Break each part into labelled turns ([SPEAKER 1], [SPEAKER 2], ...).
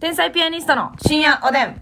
[SPEAKER 1] 天才ピアニストの深夜おでん。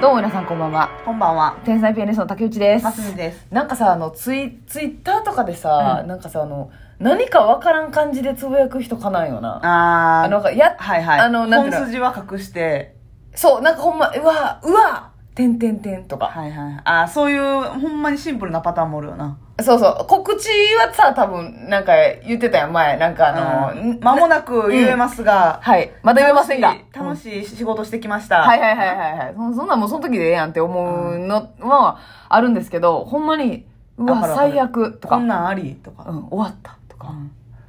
[SPEAKER 1] どうも皆さんこんばんは。
[SPEAKER 2] こんばんは。
[SPEAKER 1] 天才ピアニストの竹内です。
[SPEAKER 2] ますみです。
[SPEAKER 1] なんかさ、あの、ツイ、ツイッターとかでさ、
[SPEAKER 2] うん
[SPEAKER 1] なんかさ、あの、何かわからん感じでつぶやく人かないよな。
[SPEAKER 2] あ
[SPEAKER 1] あの、なんかや、
[SPEAKER 2] はいはい。
[SPEAKER 1] あのなんていうの
[SPEAKER 2] 本筋は隠して、
[SPEAKER 1] そう、なんかほんま、うわ、うわ、てんてんてんとか。
[SPEAKER 2] はいはい。あーそういう、ほんまにシンプルなパターンもおるよな。
[SPEAKER 1] そうそう、告知はさ、多分、なんか言ってたやん、前。なんかあの、
[SPEAKER 2] 間もなく言えますが、
[SPEAKER 1] はい。まだ言えませんが。
[SPEAKER 2] 楽しい楽しい仕事してきました。
[SPEAKER 1] はいはいはいはいはい。そそんなんもうその時でええやんって思うのはあるんですけど、ほんまに、う
[SPEAKER 2] わ
[SPEAKER 1] わ
[SPEAKER 2] か、るわかる
[SPEAKER 1] 最悪とか、
[SPEAKER 2] こん
[SPEAKER 1] う
[SPEAKER 2] なんありとか。
[SPEAKER 1] ん、終わったとか、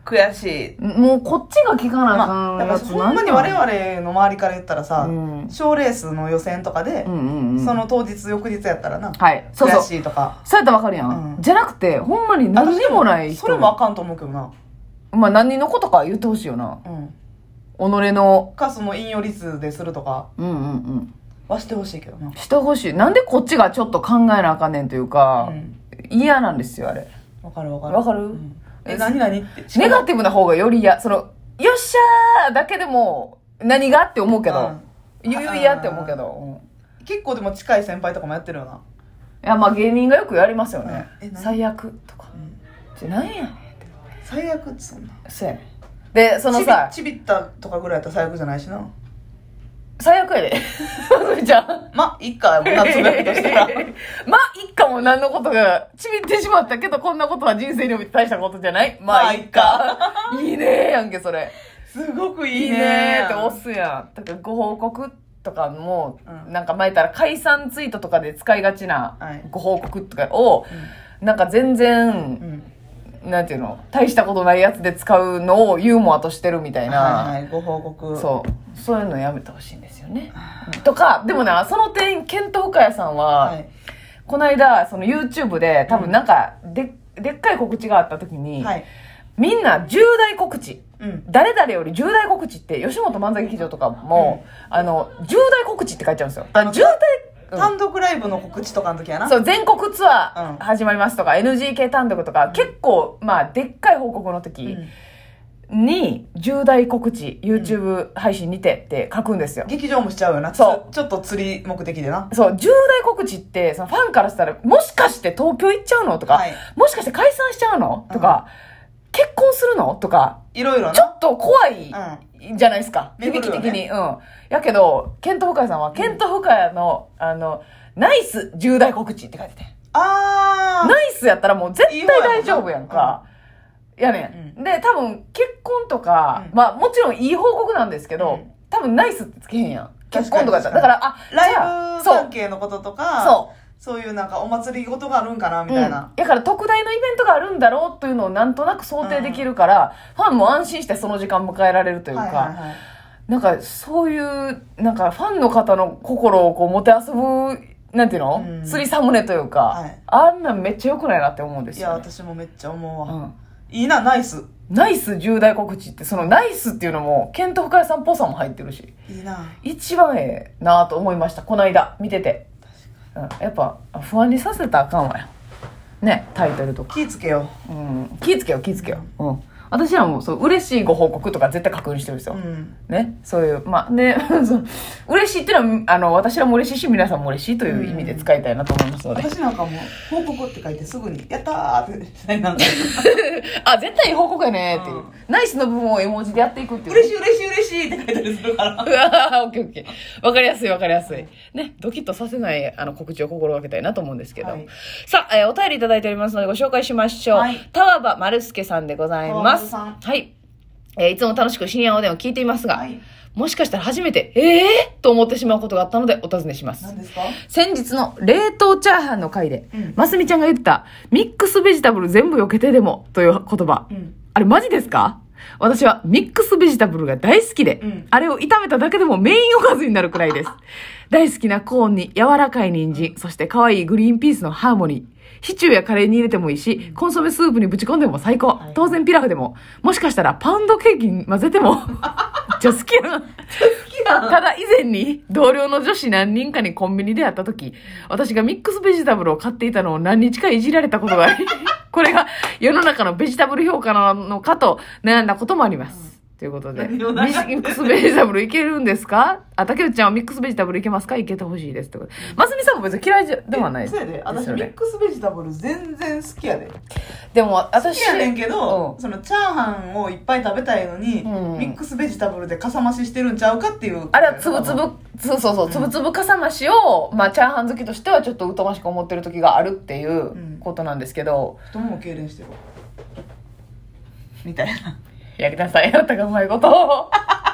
[SPEAKER 2] 悔しい。
[SPEAKER 1] もうこっちが聞かなあか
[SPEAKER 2] ま
[SPEAKER 1] ん
[SPEAKER 2] あ、だか
[SPEAKER 1] や
[SPEAKER 2] ら
[SPEAKER 1] つ
[SPEAKER 2] ほんまに
[SPEAKER 1] なん
[SPEAKER 2] 我
[SPEAKER 1] なん
[SPEAKER 2] 々の周りから言ったらさ
[SPEAKER 1] うん、
[SPEAKER 2] 賞、レースの予選とかで、
[SPEAKER 1] うんうんうん。
[SPEAKER 2] その当日翌日やったらな、
[SPEAKER 1] はい。そう
[SPEAKER 2] 悔
[SPEAKER 1] そう。
[SPEAKER 2] しいとか。
[SPEAKER 1] そうやったらわかるやん,、
[SPEAKER 2] うん
[SPEAKER 1] じゃなくて、ほんまに何にもない人。
[SPEAKER 2] それもあかんと思うけどな。
[SPEAKER 1] まあ何のことか言ってほしいよな。
[SPEAKER 2] うん。
[SPEAKER 1] 己の、
[SPEAKER 2] か、その引用率でするとか
[SPEAKER 1] うんうんうん。
[SPEAKER 2] はしてほしいけどな。
[SPEAKER 1] してほしい。なんでこっちがちょっと考えなあかんねんというか
[SPEAKER 2] う、ん
[SPEAKER 1] 嫌なんですよ、あれ。
[SPEAKER 2] わかるわかる。
[SPEAKER 1] わかる
[SPEAKER 2] うんえ、何何って。
[SPEAKER 1] ネガティブな方がより嫌。その、よっしゃーだけでも、何がって思うけど、
[SPEAKER 2] うん
[SPEAKER 1] 言う嫌って思うけど、
[SPEAKER 2] 結構でも近い先輩とかもやってるよな。
[SPEAKER 1] いや、まあ芸人がよくやりますよね。
[SPEAKER 2] うんえ何
[SPEAKER 1] 最悪とか。ちょなんやねん。
[SPEAKER 2] 最悪ってそんな。
[SPEAKER 1] そうやねん。で、そのさ、
[SPEAKER 2] ちびちびったとかぐらいやったら最悪じゃないしな。
[SPEAKER 1] 最悪やで。 それじゃあ。
[SPEAKER 2] ま、いっか、やもんな、つぶやくとしたら。
[SPEAKER 1] まあ、いっかも何のことが、ちびってしまったけど、こんなことは人生において大したことじゃないまあ、いっか。いいねーやんけ、それ。
[SPEAKER 2] すごくい
[SPEAKER 1] い
[SPEAKER 2] い
[SPEAKER 1] い
[SPEAKER 2] ね
[SPEAKER 1] ねーって押すやん。だからご報告とかも、
[SPEAKER 2] うん
[SPEAKER 1] なんか前から解散ツイートとかで使いがちな
[SPEAKER 2] はい
[SPEAKER 1] ご報告とかを、なんか全
[SPEAKER 2] う
[SPEAKER 1] 然、
[SPEAKER 2] ん。
[SPEAKER 1] なんていうの、大したことないやつで使うのをユーモアとしてるみたいな。
[SPEAKER 2] はいはい、ご報告。
[SPEAKER 1] そう。そういうのやめてほしいんですよね。とか、でもな、その点、ケント深谷さんは、
[SPEAKER 2] はい。
[SPEAKER 1] この間、その YouTube で、多分なんか、で、でっかい告知があった時に、
[SPEAKER 2] はい。
[SPEAKER 1] みんな重大告知。
[SPEAKER 2] うん。
[SPEAKER 1] 誰々より重大告知って、吉本漫才劇場とかも、あの、重大告知って書いちゃうんですよ。だから重大、うん
[SPEAKER 2] 単独ライブの告知とかの時やな。
[SPEAKER 1] そう、全国ツア
[SPEAKER 2] うん
[SPEAKER 1] ー始まりますとか、NGK 単独とか、結構、まあ、でっかい報告の時
[SPEAKER 2] うん
[SPEAKER 1] に、重大告知、YouTube 配信にてって書くんですよ。
[SPEAKER 2] 劇場もしちゃうよな。。
[SPEAKER 1] そう
[SPEAKER 2] ちょっと釣り目的でな。
[SPEAKER 1] そう、重大告知って、そのファンからしたら、もしかして東京行っちゃうのとか、
[SPEAKER 2] はい
[SPEAKER 1] もしかして解散しちゃうのとか、結婚するのとか、
[SPEAKER 2] いろいろ
[SPEAKER 1] ちょ
[SPEAKER 2] な。
[SPEAKER 1] っと怖いじゃないですか。
[SPEAKER 2] うん
[SPEAKER 1] 響き的
[SPEAKER 2] 巡る
[SPEAKER 1] に、うん。やけど、ケント・フカヤさんは、ケント・フカヤの、あの、ナイス重大告知って書いてて。
[SPEAKER 2] あー。
[SPEAKER 1] ナイスやったらもう絶対大丈夫やんか。やねん、
[SPEAKER 2] う
[SPEAKER 1] で、多分結婚とか、
[SPEAKER 2] うん
[SPEAKER 1] まあもちろんいい報告なんですけど、
[SPEAKER 2] うん
[SPEAKER 1] 多分ナイスってつけへんやん。
[SPEAKER 2] 確かに
[SPEAKER 1] 結婚とかじゃ。だ
[SPEAKER 2] 確
[SPEAKER 1] か、
[SPEAKER 2] から
[SPEAKER 1] あ、じゃ
[SPEAKER 2] ライ
[SPEAKER 1] あ
[SPEAKER 2] ブ
[SPEAKER 1] そう
[SPEAKER 2] 関。係のこととか、
[SPEAKER 1] そう。
[SPEAKER 2] そういうなんかお祭り事があるんかな、み
[SPEAKER 1] うん
[SPEAKER 2] たいな。
[SPEAKER 1] だから特大のイベントがあるんだろうというのをなんとなく想定できるから、ファンも安心してその時間迎えられるというか、
[SPEAKER 2] はいはいはい。
[SPEAKER 1] なんかそういうなんかファンの方の心をこうもてあそぶなんていうの、
[SPEAKER 2] うん
[SPEAKER 1] 釣りサムネというか、
[SPEAKER 2] はい
[SPEAKER 1] あんなんめっちゃ良くないなって思うんで
[SPEAKER 2] い
[SPEAKER 1] す
[SPEAKER 2] や、
[SPEAKER 1] よ、ね
[SPEAKER 2] 私もめっちゃ思う
[SPEAKER 1] う
[SPEAKER 2] わ。
[SPEAKER 1] ん、
[SPEAKER 2] いいな、ナイス。
[SPEAKER 1] ナイス重大告知ってそのナイスっていうのもケント・フカヤさんっぽさも入ってるし
[SPEAKER 2] いいな。
[SPEAKER 1] 一番ええなと思いましたこの間見てて、うん、やっぱ不安にさせたらあかんわよねタイトルとか
[SPEAKER 2] 気ぃつけよ
[SPEAKER 1] うん、気ぃつけよ気ぃつけよ、うん、私らもそう嬉しいご報告とか絶対確認してるんです
[SPEAKER 2] う。
[SPEAKER 1] よ、
[SPEAKER 2] うん。
[SPEAKER 1] ねそういうまあで その嬉しいっていうのはあの私らも嬉しいし皆さんも嬉しいという意味で使いたいなと思いますので、
[SPEAKER 2] 私なんかもう、報告って書いてすぐに、やったーってしたい なんか、
[SPEAKER 1] あ絶対いい報告やねーっていう、
[SPEAKER 2] うん
[SPEAKER 1] ナイスの部分を絵文字でやっていくっていう
[SPEAKER 2] 嬉しい嬉しい嬉しいって書いたりするから。
[SPEAKER 1] うわー オッケーオッケー。わかりやすいわかりやすい。ね、ドキッとさせない、あの、告知を心がけたいなと思うんですけど。
[SPEAKER 2] はい
[SPEAKER 1] さあ、えーお便りいただいておりますのでご紹介しましょう。
[SPEAKER 2] はい
[SPEAKER 1] タワバマルスケさんでございま
[SPEAKER 2] タワバ
[SPEAKER 1] す。
[SPEAKER 2] さん
[SPEAKER 1] はい。えーいつも楽しく深夜おでんを聞いていますが、
[SPEAKER 2] はい
[SPEAKER 1] もしかしたら初めて、えーと思ってしまうことがあったのでお尋ねします。
[SPEAKER 2] 何ですか
[SPEAKER 1] 先日の冷凍チャーハンの回で、
[SPEAKER 2] うん
[SPEAKER 1] ますみちゃんが言った、ミックスベジタブル全部避けてでもという言葉。
[SPEAKER 2] うん。
[SPEAKER 1] あれマジですか私はミックスベジタブルが大好きで、
[SPEAKER 2] うん
[SPEAKER 1] あれを炒めただけでもメインおかずになるくらい です。大好きなコーンに柔らかい人参、そして可愛いグリーンピースのハーモニー。シチューやカレーに入れてもいいし、コンソメスープにぶち込んでも最高
[SPEAKER 2] い。
[SPEAKER 1] 当然ピラフでも、もしかしたらパウンドケーキに混ぜても、っちゃ好きやん。 ただ以前に同僚の女子何人かにコンビニで会った時、私がミックスベジタブルを買っていたのを何日かいじられたことがあ り、これが世の中のベジタブル評価なのかと悩んだこともあります。ということで、ミ
[SPEAKER 2] 何を悩んでんねん
[SPEAKER 1] ックスベジタブルいけるんですかあ、竹内ちゃんはミックスベジタブルいけますかいけてほしいです。ということで、ますみさんも別に嫌いじゃではないで
[SPEAKER 2] そ
[SPEAKER 1] す
[SPEAKER 2] うやで私
[SPEAKER 1] よ
[SPEAKER 2] ミ
[SPEAKER 1] ね
[SPEAKER 2] ックスベジタブル全然好きやで
[SPEAKER 1] でも
[SPEAKER 2] 好
[SPEAKER 1] 私
[SPEAKER 2] きやねんけど、
[SPEAKER 1] うん
[SPEAKER 2] そのチャーハンをいっぱい食べたいのに、
[SPEAKER 1] うん
[SPEAKER 2] ミックスベジタブルでかさ増ししてるんちゃうかっていう
[SPEAKER 1] あれはつぶつぶそうそうそうつぶつぶかさ増しを、まあ、チャーハン好きとしてはちょっと疎ましく思ってる時があるっていうんことなんですけど、
[SPEAKER 2] 太もも痙攣してるみたいな
[SPEAKER 1] やりなさいあなたがうまいこと を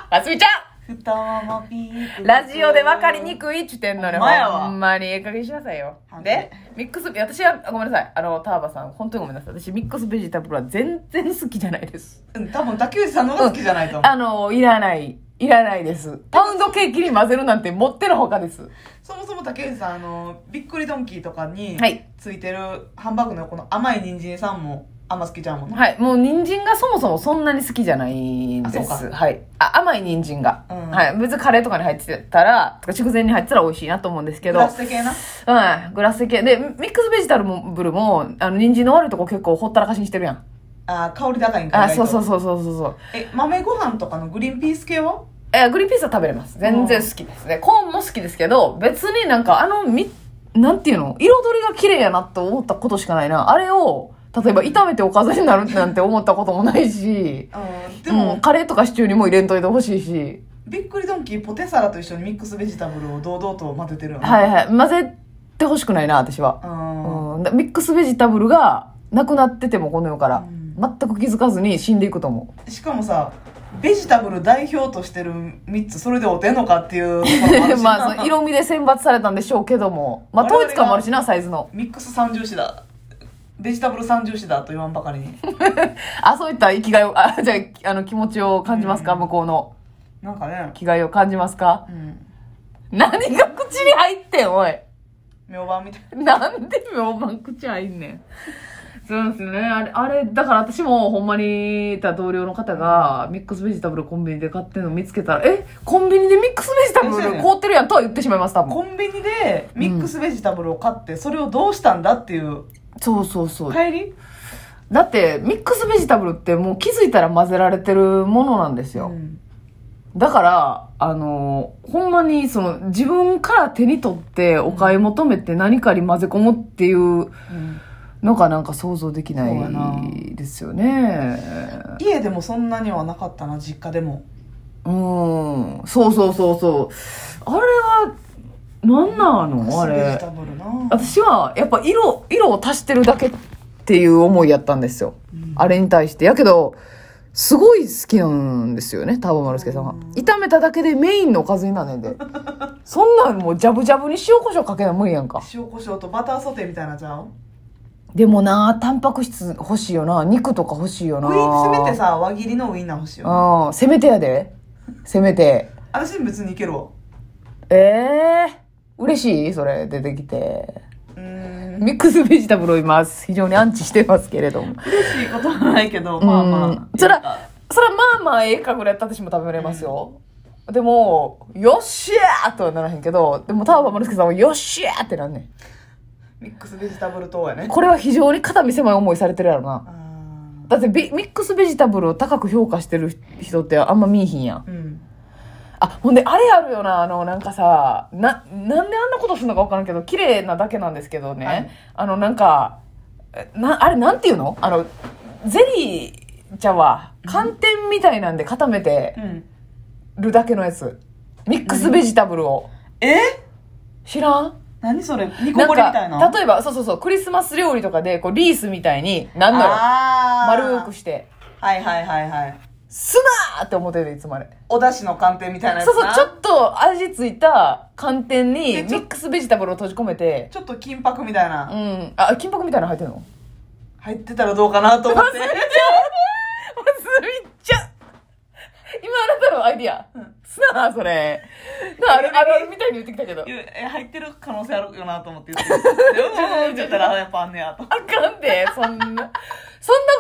[SPEAKER 1] あすみちゃ
[SPEAKER 2] 太ももピー
[SPEAKER 1] ん ラジオで分かりにくいっちゅってんのに
[SPEAKER 2] ほんまやわ
[SPEAKER 1] ほんまにええ加減にしなさいよ
[SPEAKER 2] はい
[SPEAKER 1] でミックス私はごめんなさいあのターバさん本当にごめんなさい私ミックスベジタブルは全然好きじゃないです
[SPEAKER 2] うん多分竹内さんの方が好きじゃないと思う、
[SPEAKER 1] あのいらないいらないですパウンドケーキに混ぜるなんてもってのほかです
[SPEAKER 2] そもそも竹内さんあのびっくりドンキーとかに
[SPEAKER 1] はい
[SPEAKER 2] ついてるハンバーグのこの甘い人参さんもあんま好きちゃうもんね、
[SPEAKER 1] はい。もう人参がそもそもそんなに好きじゃないんで
[SPEAKER 2] あそ
[SPEAKER 1] す。
[SPEAKER 2] うか
[SPEAKER 1] はい。あ、甘い人参が。
[SPEAKER 2] うん
[SPEAKER 1] はい。別にカレーとかに入ってたら、とか筑前に入ってたら美味しいなと思うんですけ
[SPEAKER 2] プ
[SPEAKER 1] ど。
[SPEAKER 2] ラス的な
[SPEAKER 1] うん。グラス系。で、ミックスベジタルもブルも、あの、人参の悪いとこ結構ほったらかしにしてるやん。
[SPEAKER 2] あー香り高いんか
[SPEAKER 1] あ、そうそう
[SPEAKER 2] う
[SPEAKER 1] そうそうそうそう。
[SPEAKER 2] え豆ご飯とかのグリーンピース系は
[SPEAKER 1] え、グリーンピースは食べれます。全然好きですね。コーンも好きですけど、別になんかあの、み、なんていうの彩りが綺麗やなって思ったことしかないな。あれを、例えば炒めておかずになるなんて思ったこともないし。
[SPEAKER 2] うんで
[SPEAKER 1] で
[SPEAKER 2] も、
[SPEAKER 1] も、カレーとかシチューにも入れんといてほしいし。
[SPEAKER 2] びっくりドンキーポテサラと一緒にミックスベジタブルを堂々と混ぜてるよね
[SPEAKER 1] はいはい。混ぜてほしくないな、私は。
[SPEAKER 2] うん
[SPEAKER 1] うん、だミックスベジタブルがなくなってても、この世から。
[SPEAKER 2] うん
[SPEAKER 1] 全く気づかずに死んでいくと思う。
[SPEAKER 2] しかもさベジタブル代表としてる3つそれでおてんのかっていうところもある し
[SPEAKER 1] まあ、その色味で選抜されたんでしょうけども。まあ、統一感もあるしな、サイズの。
[SPEAKER 2] ミックス三重視だベジタブル三重視だと言わんばかりに
[SPEAKER 1] あ、そういった生きがいを、あ、じゃあ、あの、気持ちを感じますか、向こうの。
[SPEAKER 2] なんかね
[SPEAKER 1] 生、きがいを感じますか
[SPEAKER 2] うん、
[SPEAKER 1] 何が口に入ってん、おい。
[SPEAKER 2] 明晩みたい
[SPEAKER 1] なんで明晩口入んねん。そうなんですよね。あれ、あれ、だから私もほんまにいた同僚の方が、ミックスベジタブルコンビニで買ってるの見つけたら、え、コンビニでミックスベジタブル凍ってるやんとは言ってしまいます、多
[SPEAKER 2] な
[SPEAKER 1] 分。
[SPEAKER 2] コンビニでミックスベジタブルを買ってそれをどうしたんだっていう
[SPEAKER 1] そうそうそう。
[SPEAKER 2] 帰り、
[SPEAKER 1] だって、ミックスベジタブルってもう気づいたら混ぜられてるものなんです
[SPEAKER 2] う
[SPEAKER 1] よ。
[SPEAKER 2] ん
[SPEAKER 1] だから、あの、ほんまにその自分から手に取ってお買い求めて何かに混ぜ込むっていう
[SPEAKER 2] うん
[SPEAKER 1] のがなんか想像できな
[SPEAKER 2] そうやない
[SPEAKER 1] ですよね。
[SPEAKER 2] 家でもそんなにはなかったな実家でも
[SPEAKER 1] うーん。そうそうそうそう。あれは、なんな
[SPEAKER 2] ミック
[SPEAKER 1] のあ
[SPEAKER 2] スベジ
[SPEAKER 1] れ。
[SPEAKER 2] タブルな
[SPEAKER 1] 私は、やっぱ色、色を足してるだけっていう思いやったんですよ。あれに対して。やけど、すごい好きなんですよね、ターボ丸介さんは
[SPEAKER 2] うん。
[SPEAKER 1] 炒めただけでメインのおかずになんねん で。そんなんもうジャブジャブに塩コショウかけな無理やんか。
[SPEAKER 2] 塩コショウとバターソテーみたいなじゃん
[SPEAKER 1] でもな、タンパク質欲しいよな。肉とか欲しいよな。
[SPEAKER 2] ウインせめてさ輪切りのウインナー欲しいよ
[SPEAKER 1] うん、せめてやで。せめて。
[SPEAKER 2] 私別にいけるわ
[SPEAKER 1] ええ嬉しいそれ出てきて。
[SPEAKER 2] うーん
[SPEAKER 1] ミックスベジタブルを今、非常にアンチしてますけれども。
[SPEAKER 2] 嬉しいことはないけどまあま
[SPEAKER 1] うん
[SPEAKER 2] あ
[SPEAKER 1] そら
[SPEAKER 2] なんか
[SPEAKER 1] それはまあまあええかぐらいやったら私も食べれますよ。でも、よっしゃーとはならへんけど、でもターバ丸介さんはよっしゃーってなんね
[SPEAKER 2] ミックスベジタブル等やね
[SPEAKER 1] ん。これは非常に肩身狭い思いされてるやろな。
[SPEAKER 2] あー
[SPEAKER 1] だってビミックスベジタブルを高く評価してる人ってあんま見えひんやん。
[SPEAKER 2] うん
[SPEAKER 1] あ、ほんで、あれあるよな、あの、なんかさ、な、なんであんなことするのかわからんけど、綺麗なだけなんですけどね。
[SPEAKER 2] はい
[SPEAKER 1] あの、なんか、えな、あれなんていうのあの、ゼリー茶は、寒天みたいなんで固めて
[SPEAKER 2] うん
[SPEAKER 1] るだけのやつ。ミックスベジタブルを。
[SPEAKER 2] え
[SPEAKER 1] 知らん
[SPEAKER 2] 何それニコ
[SPEAKER 1] なん
[SPEAKER 2] コリみたいな
[SPEAKER 1] か、例えば、そうそうそう、クリスマス料理とかで、こう、リースみたいに、なんのよ。
[SPEAKER 2] あー
[SPEAKER 1] 丸くして、
[SPEAKER 2] はいはいはいはい
[SPEAKER 1] すなーって思ってて、いつもあれ。
[SPEAKER 2] お出汁の寒天みたいなやつ
[SPEAKER 1] そう
[SPEAKER 2] な
[SPEAKER 1] そう、ちょっと味ついた寒天に、ミ
[SPEAKER 2] でちょ
[SPEAKER 1] ックスベジタブルを閉じ込めて、
[SPEAKER 2] ちょっと金箔みたいな、
[SPEAKER 1] うん。あ、金箔みたいなの入ってるの
[SPEAKER 2] 入ってたらどうかなと思 って
[SPEAKER 1] ますみちゃん今あなたのアイディア。すなあ、それ。あるあるあるみたいに言ってきたけど。
[SPEAKER 2] いやえ入ってる可能性あるよなと思って言ってでうんうんうんって言ったらあやっぱあんねやと
[SPEAKER 1] あかんで、そんな。そんな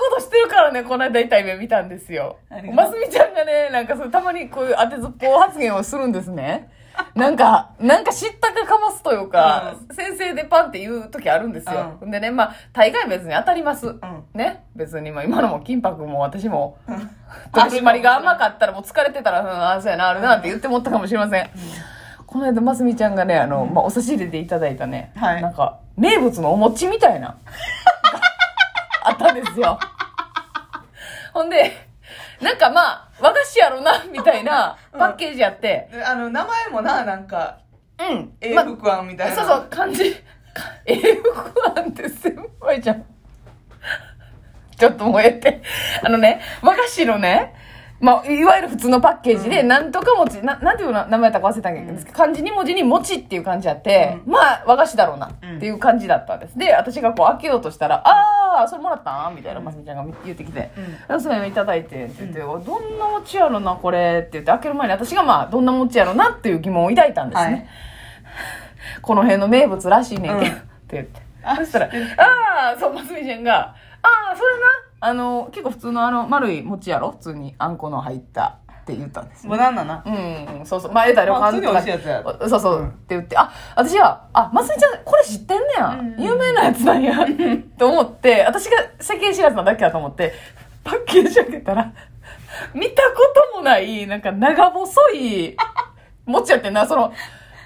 [SPEAKER 1] ことしてるからね、この間痛い目見たんですよ
[SPEAKER 2] あり。が
[SPEAKER 1] ます
[SPEAKER 2] と
[SPEAKER 1] みちゃんがね、なんかそうたまにこういう当てずっぽう発言をするんですね。なんか、なんか知ったかかますというか、先生でパンって言う時あるんですよ。でね、まあ、大概別に当たります。
[SPEAKER 2] ん
[SPEAKER 1] ね。別に、まあ今のも金箔も私も、
[SPEAKER 2] あ
[SPEAKER 1] 取り締まりが甘かったらもう疲れてたら、うん、ああ、そうやな、あるなって言ってもったかもしれません。この間、ますみちゃんがね、あの、まあ、お差し入れでいただいたね、
[SPEAKER 2] はい
[SPEAKER 1] なんか、名物のお餅みたいな、 あったんですよ。ほんで、なんかまあ、和菓子やろな、みたいなパッケージやって、
[SPEAKER 2] であの名前もななんか
[SPEAKER 1] うん。
[SPEAKER 2] 英
[SPEAKER 1] まあ
[SPEAKER 2] 福庵みたいな、
[SPEAKER 1] そうそう、漢字。か 英語なんて先輩じゃん。ちょっともうええって。あのね、和菓子のね、まあ、いわゆる普通のパッケージで、なんとか餅、ななんていうの名前だったか忘れたんですけど、漢字2文字に餅っていう漢字あって、まあ、和菓子だろうな
[SPEAKER 2] うん
[SPEAKER 1] っていう感じだったんです。で、私がこう開けようとしたら、あー、それもらったんみたいな、ますみちゃんが言ってきて、うん、それいただいてって言って、おどんな餅やろな、これって言って、開ける前に私がまあ、どんな餅やろなっていう疑問を抱いたんですね。
[SPEAKER 2] はい
[SPEAKER 1] この辺の名物らしいねんけど、
[SPEAKER 2] うん
[SPEAKER 1] って言って。
[SPEAKER 2] あ
[SPEAKER 1] そしたら、ああー、そう、ますみちゃんが、ああ、それな、あの、結構普通のあの、丸い餅やろ普通にあんこの入ったって言ったんです。
[SPEAKER 2] 無難なな
[SPEAKER 1] うん、そうそう。前言うたら
[SPEAKER 2] まあ
[SPEAKER 1] 旅館
[SPEAKER 2] 普通に美味しいやつや
[SPEAKER 1] そうそう、って言って、あ、私は、あ、ますみちゃん、これ知ってんねや。
[SPEAKER 2] うん
[SPEAKER 1] 有名なやつなん や。と思って、私が世間知らずなだけだと思って、パッケージ開けたら、見たこともない、なんか長細い、餅やってんな、その、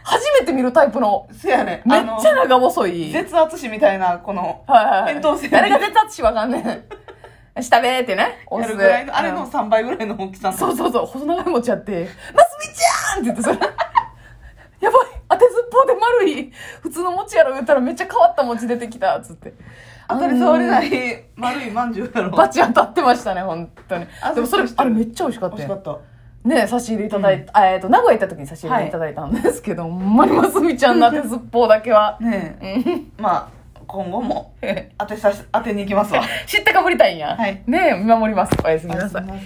[SPEAKER 1] 初めて見るタイプの、
[SPEAKER 2] せやね
[SPEAKER 1] めっちゃ
[SPEAKER 2] あの
[SPEAKER 1] 長細い。
[SPEAKER 2] 絶圧死みたいなこの
[SPEAKER 1] はいはいはい。
[SPEAKER 2] 扁桃腺
[SPEAKER 1] 誰が絶対私わかんねん。下べーってね。
[SPEAKER 2] や
[SPEAKER 1] 押す
[SPEAKER 2] るぐらいのあれの3倍ぐらいの大きさの
[SPEAKER 1] そうそうそう、細長い餅あって、ますみちゃんって言ってそれ。やばい当てずっぽうで丸い普通の餅やろ言ったらめっちゃ変わった餅出てきたっつって
[SPEAKER 2] 当たり障り
[SPEAKER 1] い
[SPEAKER 2] ない丸いまんじゅうやろ
[SPEAKER 1] バチ当たってましたね本当に
[SPEAKER 2] あ
[SPEAKER 1] でもそれ
[SPEAKER 2] そうそう
[SPEAKER 1] あれめっちゃ美味しかっ
[SPEAKER 2] 美
[SPEAKER 1] た
[SPEAKER 2] 味し
[SPEAKER 1] よ
[SPEAKER 2] かった
[SPEAKER 1] ね差し入れいただいた、あえっと名古屋行った時に差し入れいただいたんですけど、ほんまにますみちゃんの当てずっぽうだけは
[SPEAKER 2] ね
[SPEAKER 1] う
[SPEAKER 2] え
[SPEAKER 1] ん
[SPEAKER 2] まあ今後も当てさし当てに行きますわ
[SPEAKER 1] 知ってかぶりたいんや、
[SPEAKER 2] はい
[SPEAKER 1] ねえ見守りますおやすみなさい
[SPEAKER 2] あすいません